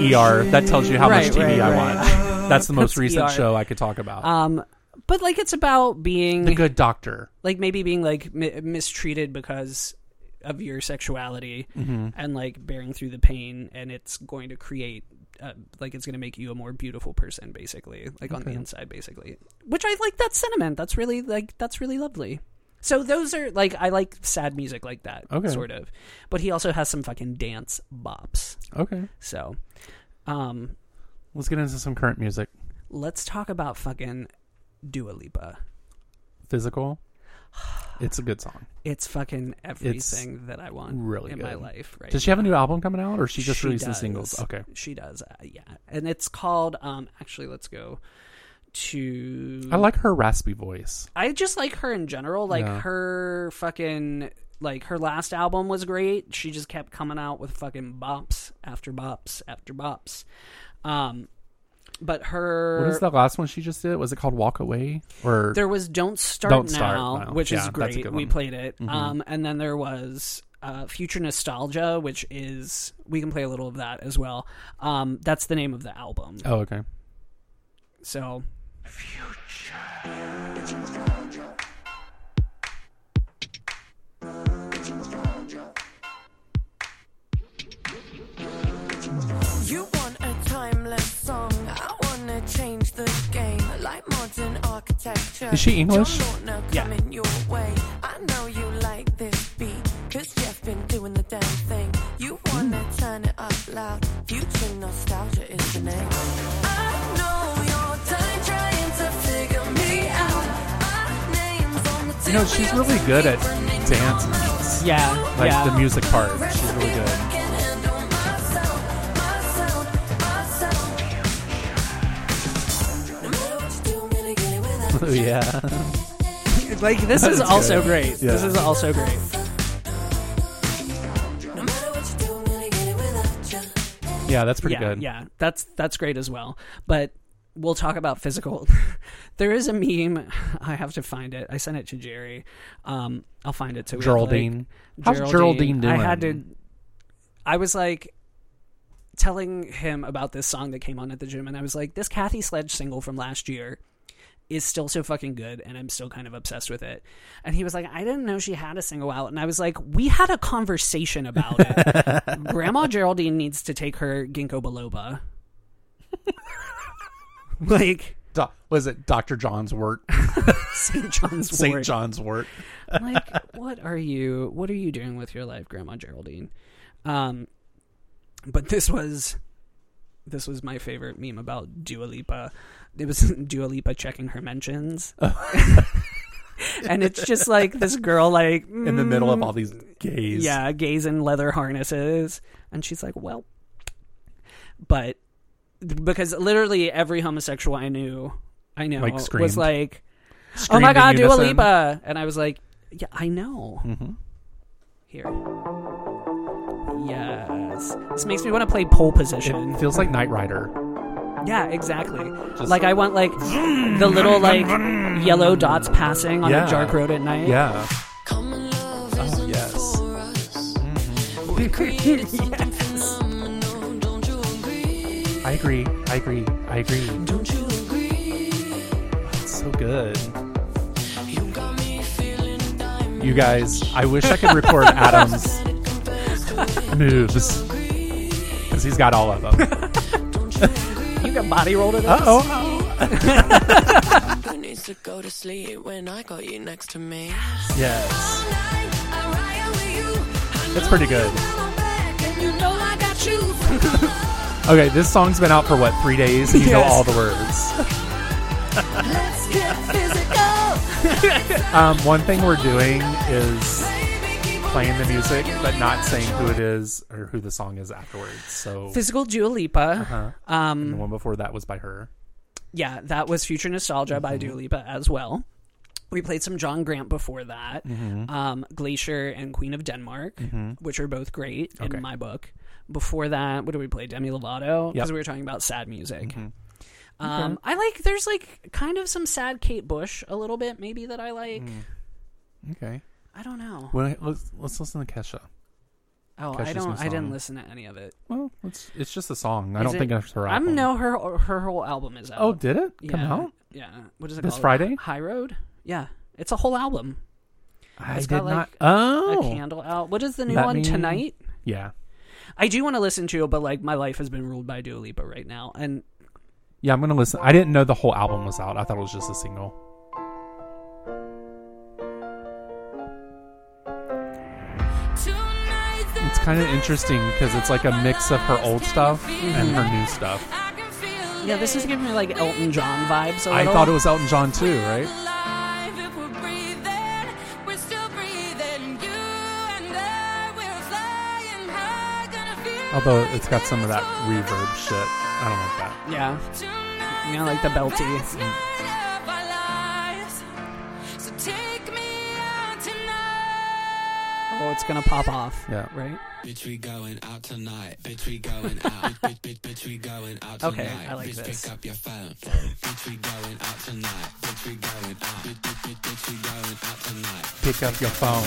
Speaker 2: ER that tells you how
Speaker 1: Right,
Speaker 2: much TV
Speaker 1: right,
Speaker 2: I
Speaker 1: right.
Speaker 2: watch. That's the most
Speaker 1: That's
Speaker 2: recent
Speaker 1: ER.
Speaker 2: show I could talk about.
Speaker 1: Um, but like it's about
Speaker 2: the
Speaker 1: being
Speaker 2: Good Doctor.
Speaker 1: like maybe being like mi- mistreated because of your sexuality
Speaker 2: Mm-hmm.
Speaker 1: and like bearing through the pain, and it's going to create. Uh, like it's going to make you a more beautiful person basically like on the inside basically which i like that sentiment that's really like that's really lovely so those are like i like sad music like that
Speaker 2: Okay.
Speaker 1: sort of but he also has some fucking dance bops
Speaker 2: Okay,
Speaker 1: so um
Speaker 2: let's get into some current music.
Speaker 1: let's talk about fucking Dua Lipa.
Speaker 2: Physical. It's a good song.
Speaker 1: It's fucking everything that I want
Speaker 2: really
Speaker 1: in
Speaker 2: good.
Speaker 1: my life. Right?
Speaker 2: Does she have a new album coming out, or she just
Speaker 1: She
Speaker 2: released the
Speaker 1: does.
Speaker 2: singles? Okay.
Speaker 1: she does. Uh, yeah, and it's called. Um, actually, let's go to.
Speaker 2: I like her raspy voice.
Speaker 1: I just like her in general. Like
Speaker 2: Yeah.
Speaker 1: her fucking Like her last album was great. She just kept coming out with fucking bops after bops after bops. Um, but her
Speaker 2: What is the last one she just did? Was it called Walk Away? Or
Speaker 1: there was Don't Start,
Speaker 2: Don't
Speaker 1: now,
Speaker 2: Start Now.
Speaker 1: which
Speaker 2: Yeah,
Speaker 1: is
Speaker 2: that's a
Speaker 1: great.
Speaker 2: good
Speaker 1: We
Speaker 2: one. Mm-hmm.
Speaker 1: played it. Um, and then there was uh, Future Nostalgia, which is we can play a little of that as well. Um, that's the name of the album.
Speaker 2: oh, okay.
Speaker 1: So
Speaker 6: You want a timeless song. I wanna change the game like modern architecture.
Speaker 2: Is she English?
Speaker 6: John Lautner coming your way. I know you like this beat. Cause Jeff been doing the damn thing. You wanna turn it up loud. Future nostalgia is the name. I know you're done trying to figure me out. My name's on the
Speaker 2: You know,
Speaker 6: tip of
Speaker 2: she's
Speaker 6: your
Speaker 2: really good at
Speaker 6: tongue, keep
Speaker 2: dance
Speaker 6: running your
Speaker 2: and
Speaker 6: mouth.
Speaker 2: beats.
Speaker 1: yeah,
Speaker 2: Like
Speaker 1: yeah.
Speaker 2: the music part. She's really good. Oh, yeah.
Speaker 1: like this
Speaker 2: That
Speaker 1: is
Speaker 2: is
Speaker 1: also
Speaker 2: good.
Speaker 1: great. This
Speaker 2: Yeah.
Speaker 1: is also great.
Speaker 2: Yeah, that's pretty
Speaker 1: yeah,
Speaker 2: good.
Speaker 1: Yeah, that's that's great as well. But we'll talk about physical. there is a meme. I have to find it. I sent it to Jerry. Um, I'll find it to
Speaker 2: Geraldine. How's Geraldine doing?
Speaker 1: I had to. I was like telling him about this song that came on at the gym, and I was like, "This Kathy Sledge single from last year is still so fucking good, and I'm still kind of obsessed with it." And he was like, "I didn't know she had a single out," and I was like, "We had a conversation about it. Grandma Geraldine needs to take her ginkgo biloba." like
Speaker 2: Do- was it Dr. John's wort?
Speaker 1: St. John's Wort.
Speaker 2: St. John's wort.
Speaker 1: I'm like, what are you? What are you doing with your life, Grandma Geraldine? Um, but this was, this was my favorite meme about Dua Lipa. It was Dua Lipa checking her mentions,
Speaker 2: Oh.
Speaker 1: and it's just like this girl, like mm,
Speaker 2: In the middle of all these gays.
Speaker 1: yeah, gays in leather harnesses. And she's like, well, but because literally every homosexual I knew, I know,
Speaker 2: Like,
Speaker 1: was
Speaker 2: screamed.
Speaker 1: like, oh
Speaker 2: Screamed
Speaker 1: my
Speaker 2: in
Speaker 1: God, Dua
Speaker 2: unison.
Speaker 1: Lipa. And I was like, yeah, I know.
Speaker 2: Mm-hmm.
Speaker 1: Here. Yes. This makes me want to play pole position.
Speaker 2: It feels like Knight Rider.
Speaker 1: Yeah, exactly.
Speaker 2: Just-
Speaker 1: like I want like the little like yellow dots passing on
Speaker 2: Yeah.
Speaker 1: a dark road at night.
Speaker 2: Yeah.
Speaker 6: Oh,
Speaker 2: yes. I agree. I agree. I agree.
Speaker 6: Don't you agree?
Speaker 2: It's so good.
Speaker 6: You got me feeling diamond.
Speaker 2: You guys, I wish I could record Adam's moves because he's got all of them.
Speaker 1: You got body rolled it
Speaker 2: Uh
Speaker 1: up.
Speaker 2: oh.
Speaker 6: Who needs to go to sleep when I got you next to me?
Speaker 2: Yes.
Speaker 6: It's
Speaker 2: It's pretty good.
Speaker 6: You know I got you.
Speaker 2: Okay, this song's been out for what three days? You know
Speaker 1: Yes.
Speaker 2: all the words.
Speaker 6: Let's get physical.
Speaker 2: Um, one thing we're doing is playing the music, but not saying who it is or who the song is afterwards. So
Speaker 1: Physical Dua
Speaker 2: Uh-huh.
Speaker 1: Lipa. Um,
Speaker 2: the one before that was by her.
Speaker 1: yeah, that was Future Nostalgia by
Speaker 2: Mm-hmm.
Speaker 1: Dua Lipa as well. We played some John Grant before that,
Speaker 2: Mm-hmm.
Speaker 1: um, Glacier and Queen of Denmark, which are both great
Speaker 2: Okay.
Speaker 1: in my book. Before that, what did we play? Demi Lovato, because
Speaker 2: Yep. Mm-hmm.
Speaker 1: we were talking about sad music. Um, I like. There's like kind of some sad Kate Bush a little bit, maybe that I like.
Speaker 2: Mm. Okay.
Speaker 1: I don't know.
Speaker 2: Well, let's let's listen to Kesha.
Speaker 1: Oh,
Speaker 2: Kesha's
Speaker 1: I
Speaker 2: new
Speaker 1: don't. I didn't
Speaker 2: song.
Speaker 1: listen to any of it.
Speaker 2: Well, it's it's just a song. I
Speaker 1: Is
Speaker 2: don't
Speaker 1: it-
Speaker 2: think it's her.
Speaker 1: I'm
Speaker 2: album.
Speaker 1: no. Her her whole album is out.
Speaker 2: Oh, did it come
Speaker 1: yeah,
Speaker 2: out?
Speaker 1: Yeah. What is it
Speaker 2: This
Speaker 1: called?
Speaker 2: Friday?
Speaker 1: High Road. Yeah, it's a whole album.
Speaker 2: I
Speaker 1: It's
Speaker 2: did
Speaker 1: got, like,
Speaker 2: not.
Speaker 1: a
Speaker 2: Oh,
Speaker 1: candle out. What is the new
Speaker 2: That
Speaker 1: one
Speaker 2: mean-
Speaker 1: tonight?
Speaker 2: yeah,
Speaker 1: I do want to listen to it, but like my life has been ruled by Dua Lipa right now, and
Speaker 2: yeah. I'm gonna listen. I didn't know the whole album was out. I thought it was just a single. It's kind of interesting because it's like a mix of her old stuff and her new stuff.
Speaker 1: yeah, this is giving me like Elton John vibes. A
Speaker 2: I
Speaker 1: little.
Speaker 2: thought it was Elton John too, right? Although it's got some of that reverb shit. I don't like that.
Speaker 1: yeah,
Speaker 6: shit.
Speaker 1: you know, like the belty.
Speaker 6: So take me out tonight.
Speaker 1: oh, it's gonna pop off.
Speaker 2: Yeah.
Speaker 1: Right.
Speaker 7: Bitch, we going out tonight. Bitch, we going out. bitch, bitch, bitch, we going out tonight.
Speaker 1: Okay, I like
Speaker 7: bitch,
Speaker 1: this.
Speaker 7: pick up your phone. bitch, we going out tonight. Bitch, we going out. Bitch, bitch, bitch, bitch, we going out tonight.
Speaker 2: Pick up your phone.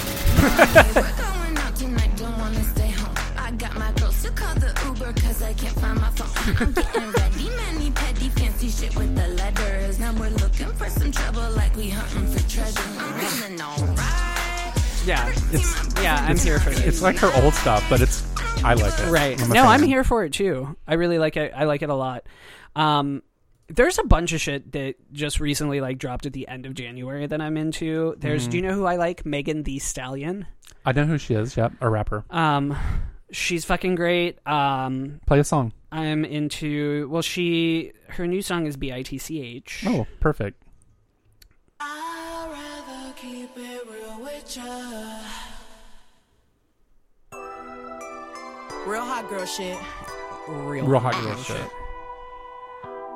Speaker 8: We're going out tonight, don't wanna stay home. I got my girls to call the Uber cause I can't find my phone. I'm getting ready, many petty, fancy shit with the letters. Now we're looking for some trouble like we hunting for treasure. I'm feeling alright.
Speaker 1: Yeah. It's yeah. I'm here for this.
Speaker 2: It's like her old stuff, but it's I like it.
Speaker 1: Right.
Speaker 2: a
Speaker 1: no, I'm
Speaker 2: fan.
Speaker 1: here for it too. I really like it. I like it a lot. Um, there's a bunch of shit that just recently like dropped at the end of January that I'm into. There's
Speaker 2: Mm-hmm.
Speaker 1: do you know who I like? Megan the Stallion.
Speaker 2: I know who she is. Yep, a rapper.
Speaker 1: Um, she's fucking great. Um,
Speaker 2: Play a song.
Speaker 1: I'm into well, she her new song is B I T C H.
Speaker 2: Oh, perfect.
Speaker 8: I'd rather keep it real with ya. Real hot girl shit.
Speaker 1: real,
Speaker 2: Real hot girl shit.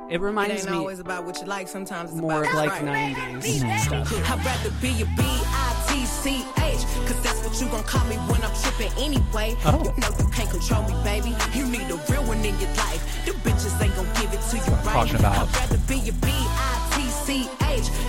Speaker 1: It
Speaker 8: It
Speaker 1: reminds
Speaker 8: ain't
Speaker 1: me
Speaker 8: always about what you like, sometimes it's
Speaker 1: more
Speaker 8: about
Speaker 1: of
Speaker 8: what's
Speaker 1: like
Speaker 8: right.
Speaker 1: 90s stuff.
Speaker 8: I'd rather be a B-I-T-C-H Cause that's what you gon' call me when I'm tripping anyway
Speaker 2: Oh.
Speaker 8: You know you can't control me, baby You need a real one in your life Them bitches ain't gon' give it to you
Speaker 2: I'm
Speaker 8: right
Speaker 2: talking about.
Speaker 8: I'd rather be a B-I-T-C-H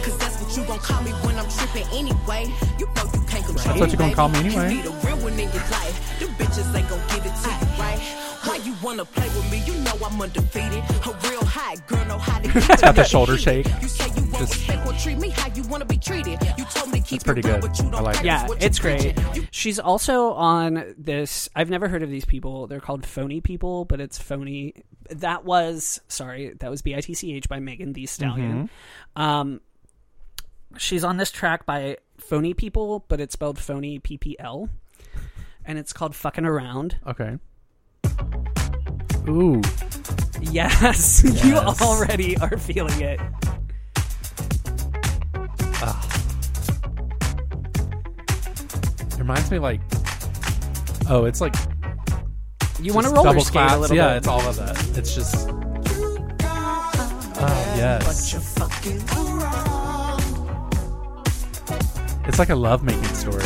Speaker 8: Cause that's what you gon' call me when I'm tripping anyway You know you can't control
Speaker 2: That's what you
Speaker 8: me,
Speaker 2: gonna call me
Speaker 8: baby.
Speaker 2: anyway.
Speaker 8: You need a real one in your life Them bitches ain't gon' give it to you right Why you wanna play with me? You know I'm undefeated A real hot girl know how to keep it
Speaker 2: got the
Speaker 8: up.
Speaker 2: shoulder shake.
Speaker 8: You say you want
Speaker 2: Just-
Speaker 8: respect, well, treat me how you want to be treated. You told me to keep
Speaker 2: That's pretty
Speaker 8: it real,
Speaker 2: good.
Speaker 8: but you don't
Speaker 2: I like it.
Speaker 8: practice
Speaker 1: Yeah,
Speaker 8: what you
Speaker 1: it's great.
Speaker 8: preaching. You
Speaker 1: She's also on this. I've never heard of these people. They're called Phony People, but it's Phony. That was sorry. That was B I T C H by Megan Thee Stallion.
Speaker 2: Mm-hmm.
Speaker 1: Um, she's on this track by Phony People, but it's spelled Phony P P L, and it's called "Fucking Around."
Speaker 2: Okay. Ooh,
Speaker 1: Yes, you
Speaker 2: Yes.
Speaker 1: already are feeling it.
Speaker 2: it reminds me like. Oh, it's like
Speaker 1: You want to
Speaker 2: just
Speaker 1: roller
Speaker 2: double
Speaker 1: skate
Speaker 2: claps.
Speaker 1: a little
Speaker 2: yeah,
Speaker 1: bit.
Speaker 2: it's all of that. It's just. Oh yes. It's like a lovemaking story.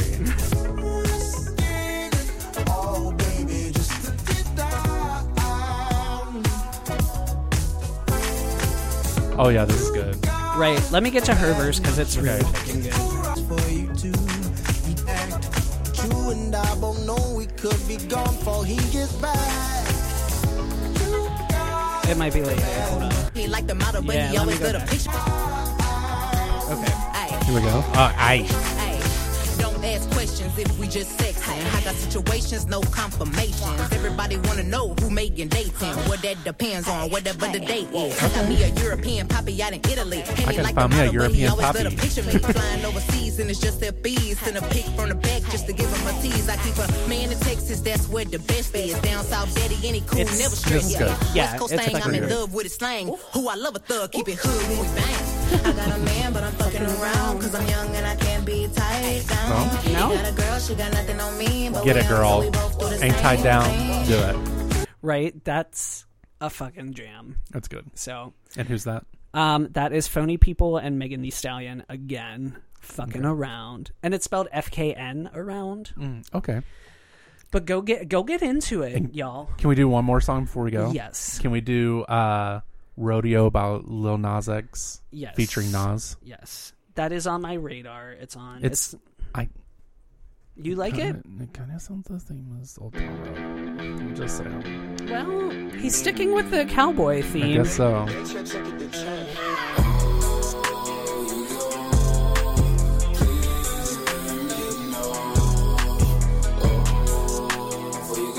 Speaker 2: Oh yeah, this is good.
Speaker 1: Right. Let me get to her verse because it's really
Speaker 2: Okay.
Speaker 1: fucking good.
Speaker 9: for you to act. You and I both know we could be gone before he gets back.
Speaker 1: It might be later. Hold on.
Speaker 8: He like the model, but
Speaker 1: Yeah,
Speaker 8: he
Speaker 1: let me
Speaker 8: always
Speaker 1: go
Speaker 8: got a
Speaker 1: back.
Speaker 8: picture.
Speaker 1: Okay.
Speaker 8: Ay,
Speaker 2: Here we go. Uh, I.
Speaker 8: ay. Don't ask questions if we just sexing. I got situations, no confirmations. Everybody wanna know who making dates and what that depends on, whatever the date is. I got me a European poppy out in Italy. And
Speaker 2: I
Speaker 8: he
Speaker 2: gotta
Speaker 8: like
Speaker 2: find
Speaker 8: the
Speaker 2: me a
Speaker 8: model, but he
Speaker 2: European
Speaker 8: always got a
Speaker 2: poppy.
Speaker 8: picture me. Flying overseas and it's just their bees. Send a pic from the back just to give him a tease. I keep a man in Texas, that's where the best is. Down south, daddy, any cool,
Speaker 1: It's-
Speaker 8: never straight.
Speaker 2: is
Speaker 8: Yeah.
Speaker 2: good.
Speaker 1: Yeah,
Speaker 8: West Coast
Speaker 1: it's
Speaker 8: thing, I'm
Speaker 2: pretty
Speaker 8: in
Speaker 2: good.
Speaker 8: love with his slang. Who I love a thug, keep it hood when we bang. I got a man, but I'm fucking around. Cause I'm young and I can't be tied down. He
Speaker 1: No?
Speaker 8: got a girl, she got nothing on me. But
Speaker 2: Get
Speaker 8: we
Speaker 2: it,
Speaker 8: young, so
Speaker 2: girl.
Speaker 8: we both do the
Speaker 2: Ain't tied
Speaker 8: same
Speaker 2: down.
Speaker 8: thing.
Speaker 2: Do it.
Speaker 1: Right? That's a fucking jam.
Speaker 2: That's good.
Speaker 1: So,
Speaker 2: And who's that?
Speaker 1: um, that is Phony People and Megan the Stallion again. Fucking around. And it's spelled F K N around.
Speaker 2: Mm, okay.
Speaker 1: But go get go get into it, y'all.
Speaker 2: Can we do one more song before we go?
Speaker 1: Yes.
Speaker 2: Can we do uh, "Rodeo" by Lil Nas X?
Speaker 1: Yes.
Speaker 2: Featuring Nas.
Speaker 1: Yes. That is on my radar. It's on
Speaker 2: It's,
Speaker 1: it's,
Speaker 2: I
Speaker 1: you like it?
Speaker 2: kinda- It kind of sounds the same as old. I'm just saying.
Speaker 1: Well, he's sticking with the cowboy
Speaker 2: I
Speaker 1: theme.
Speaker 2: guess so.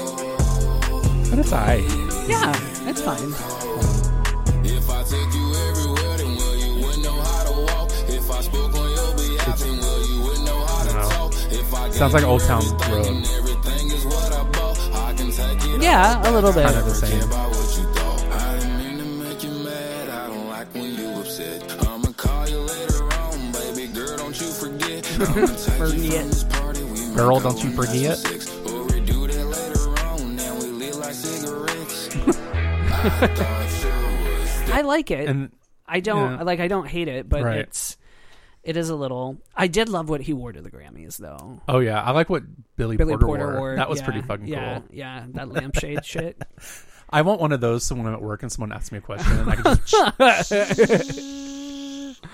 Speaker 2: But it's alright.
Speaker 1: Yeah, it's fine.
Speaker 7: If I take you everywhere, then will you wouldn't know how to walk? If I spoke on your behalf, then will you wouldn't know how to talk? If I
Speaker 2: Sounds like Old Town Road.
Speaker 7: get everything is what I bought, I can take it.
Speaker 1: Yeah, a little bit.
Speaker 2: Kind of the
Speaker 7: Care
Speaker 2: same.
Speaker 7: about what you thought. I didn't mean to make you mad. I don't like when you upset. I'ma call you later on, baby girl. Don't you forget. I'ma take you
Speaker 1: Forget.
Speaker 7: from this party. We make
Speaker 2: Girl,
Speaker 7: out
Speaker 2: don't you
Speaker 7: when that's
Speaker 2: forget.
Speaker 7: the Six. Or we do that later on. Now we lit like cigarettes. I thought you was
Speaker 1: I like it.
Speaker 2: And
Speaker 1: I don't
Speaker 2: Yeah.
Speaker 1: like I don't hate it, but
Speaker 2: Right.
Speaker 1: it's It is a little. I did love what he wore to the Grammys, though.
Speaker 2: Oh yeah, I like what Billy,
Speaker 1: Billy
Speaker 2: Porter,
Speaker 1: Porter,
Speaker 2: wore.
Speaker 1: wore.
Speaker 2: That was
Speaker 1: yeah,
Speaker 2: pretty fucking
Speaker 1: yeah,
Speaker 2: cool.
Speaker 1: Yeah, that lampshade shit.
Speaker 2: I want one of those so when I'm at work and someone asks me a question and I can just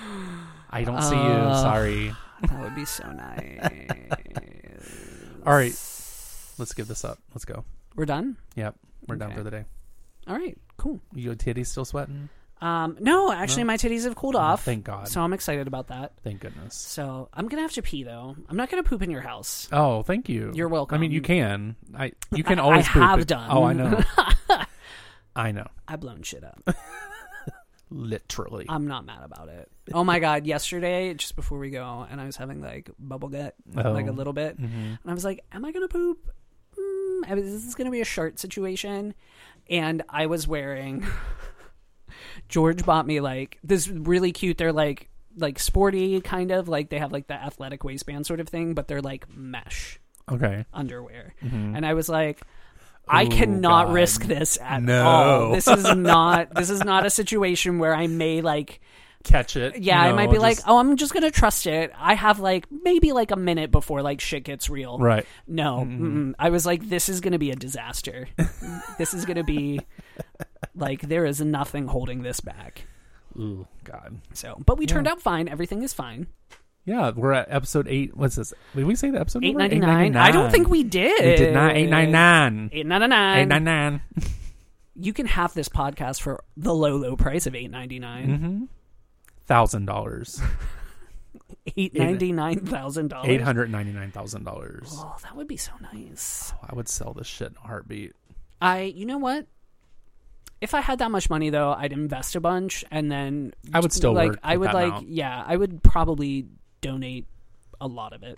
Speaker 2: I don't see you,
Speaker 1: Uh,
Speaker 2: sorry.
Speaker 1: That would be so nice.
Speaker 2: All right. Let's give this up. Let's go.
Speaker 1: We're done.
Speaker 2: Yep. We're done
Speaker 1: Okay.
Speaker 2: for the day.
Speaker 1: All right, cool.
Speaker 2: Your titties still sweating?
Speaker 1: Um, no, actually, my titties have cooled off.
Speaker 2: Oh, thank God.
Speaker 1: So I'm excited about that.
Speaker 2: Thank goodness.
Speaker 1: So I'm gonna have to pee though. I'm not gonna poop in your house.
Speaker 2: Oh, thank you.
Speaker 1: You're welcome.
Speaker 2: I mean, you can. I you can
Speaker 1: I- I
Speaker 2: always poop
Speaker 1: have
Speaker 2: it.
Speaker 1: done.
Speaker 2: Oh, I know. I know.
Speaker 1: I've blown shit up.
Speaker 2: Literally.
Speaker 1: I'm not mad about it. Oh my god, yesterday just before we go, and I was having like bubble gut,
Speaker 2: Oh.
Speaker 1: like a little bit, and I was like, "Am I gonna poop? Mm, I was- this is gonna be a shirt situation." And I was wearing. George bought me like this really cute. They're like like sporty kind of like they have like the athletic waistband sort of thing, but they're like mesh
Speaker 2: okay.
Speaker 1: underwear, and I was like. I
Speaker 2: Oh,
Speaker 1: cannot
Speaker 2: Mm-hmm. God.
Speaker 1: risk this at
Speaker 2: No.
Speaker 1: all. This is not this is not a situation where I may like
Speaker 2: Catch it.
Speaker 1: yeah, I
Speaker 2: No,
Speaker 1: might be like,
Speaker 2: just-
Speaker 1: oh, I'm just gonna trust it. I have like maybe like a minute before like shit gets real.
Speaker 2: Right. Mm-hmm.
Speaker 1: No, mm-mm. I was like, this is gonna be a disaster. this is gonna be like there is nothing holding this back.
Speaker 2: Ooh, God.
Speaker 1: So, but we turned out fine. Everything is fine.
Speaker 2: Yeah, we're at episode eight. What's this? Did we say the episode
Speaker 1: Eight
Speaker 2: number?
Speaker 1: ninety nine. I don't think we did.
Speaker 2: We did not. Eight nine nine.
Speaker 1: Eight ninety
Speaker 2: Eight
Speaker 1: nine.
Speaker 2: nine nine.
Speaker 1: You can have this podcast for the low, low price of eight ninety nine.
Speaker 2: Mm-hmm. Thousand dollars.
Speaker 1: Oh, Eight ninety nine thousand dollars.
Speaker 2: Eight hundred ninety nine thousand dollars.
Speaker 1: Oh, that would be so nice.
Speaker 2: I would sell this shit in a heartbeat.
Speaker 1: I, you know what? If I had that much money though, I'd invest a bunch and then
Speaker 2: I would still
Speaker 1: like
Speaker 2: work
Speaker 1: I
Speaker 2: with
Speaker 1: would
Speaker 2: that
Speaker 1: like
Speaker 2: amount.
Speaker 1: yeah, I would probably donate a lot of it.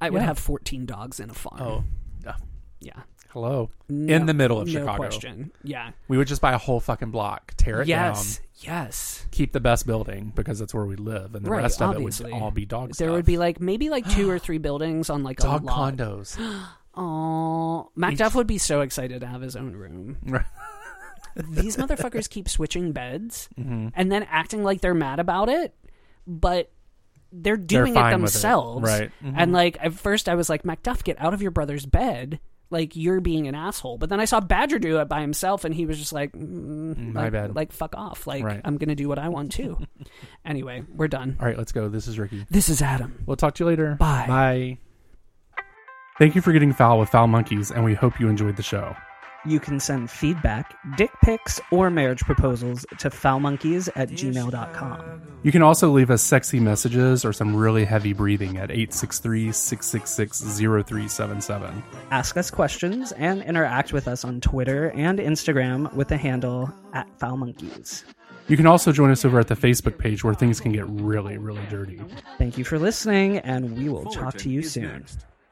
Speaker 1: I would
Speaker 2: Mm-hmm. Yeah.
Speaker 1: have 14 dogs in a farm.
Speaker 2: Oh, uh,
Speaker 1: yeah.
Speaker 2: hello.
Speaker 1: No-
Speaker 2: in the middle of
Speaker 1: no
Speaker 2: Chicago.
Speaker 1: question. Yeah.
Speaker 2: We would just buy a whole fucking block, tear it
Speaker 1: Yes.
Speaker 2: down,
Speaker 1: Yes.
Speaker 2: keep the best building because that's where we live, and the
Speaker 1: Right,
Speaker 2: rest of
Speaker 1: obviously.
Speaker 2: it would all be dog
Speaker 1: There
Speaker 2: stuff.
Speaker 1: would be like maybe like two or three buildings on like
Speaker 2: dog
Speaker 1: a lot.
Speaker 2: condos.
Speaker 1: Oh, MacDuff would be so excited to have his own room. These motherfuckers keep switching beds
Speaker 2: Mm-hmm.
Speaker 1: and then acting like they're mad about it, but they're doing it
Speaker 2: fine with it,
Speaker 1: themselves.
Speaker 2: right. Mm-hmm.
Speaker 1: And like at first I was like, MacDuff, get out of your brother's bed. Like you're being an asshole. But then I saw Badger do it by himself and he was just like, mm,
Speaker 2: My
Speaker 1: like,
Speaker 2: bad.
Speaker 1: like fuck off. Like
Speaker 2: Right.
Speaker 1: I'm gonna do what I want too. anyway, we're done.
Speaker 2: all right, let's go. This is Ricky.
Speaker 1: This is Adam.
Speaker 2: We'll talk to you later.
Speaker 1: Bye.
Speaker 2: Bye. Thank you for getting foul with Foul Monkeys, and we hope you enjoyed the show.
Speaker 1: You can send feedback, dick pics, or marriage proposals to foulmonkeys at gmail.com.
Speaker 2: You can also leave us sexy messages or some really heavy breathing at 863 666 0377.
Speaker 1: Ask us questions and interact with us on Twitter and Instagram with the handle at foulmonkeys.
Speaker 2: You can also join us over at the Facebook page where things can get really, really dirty.
Speaker 1: Thank you for listening, and we will talk to
Speaker 5: Fullerton
Speaker 1: you
Speaker 5: is
Speaker 1: soon.
Speaker 5: next.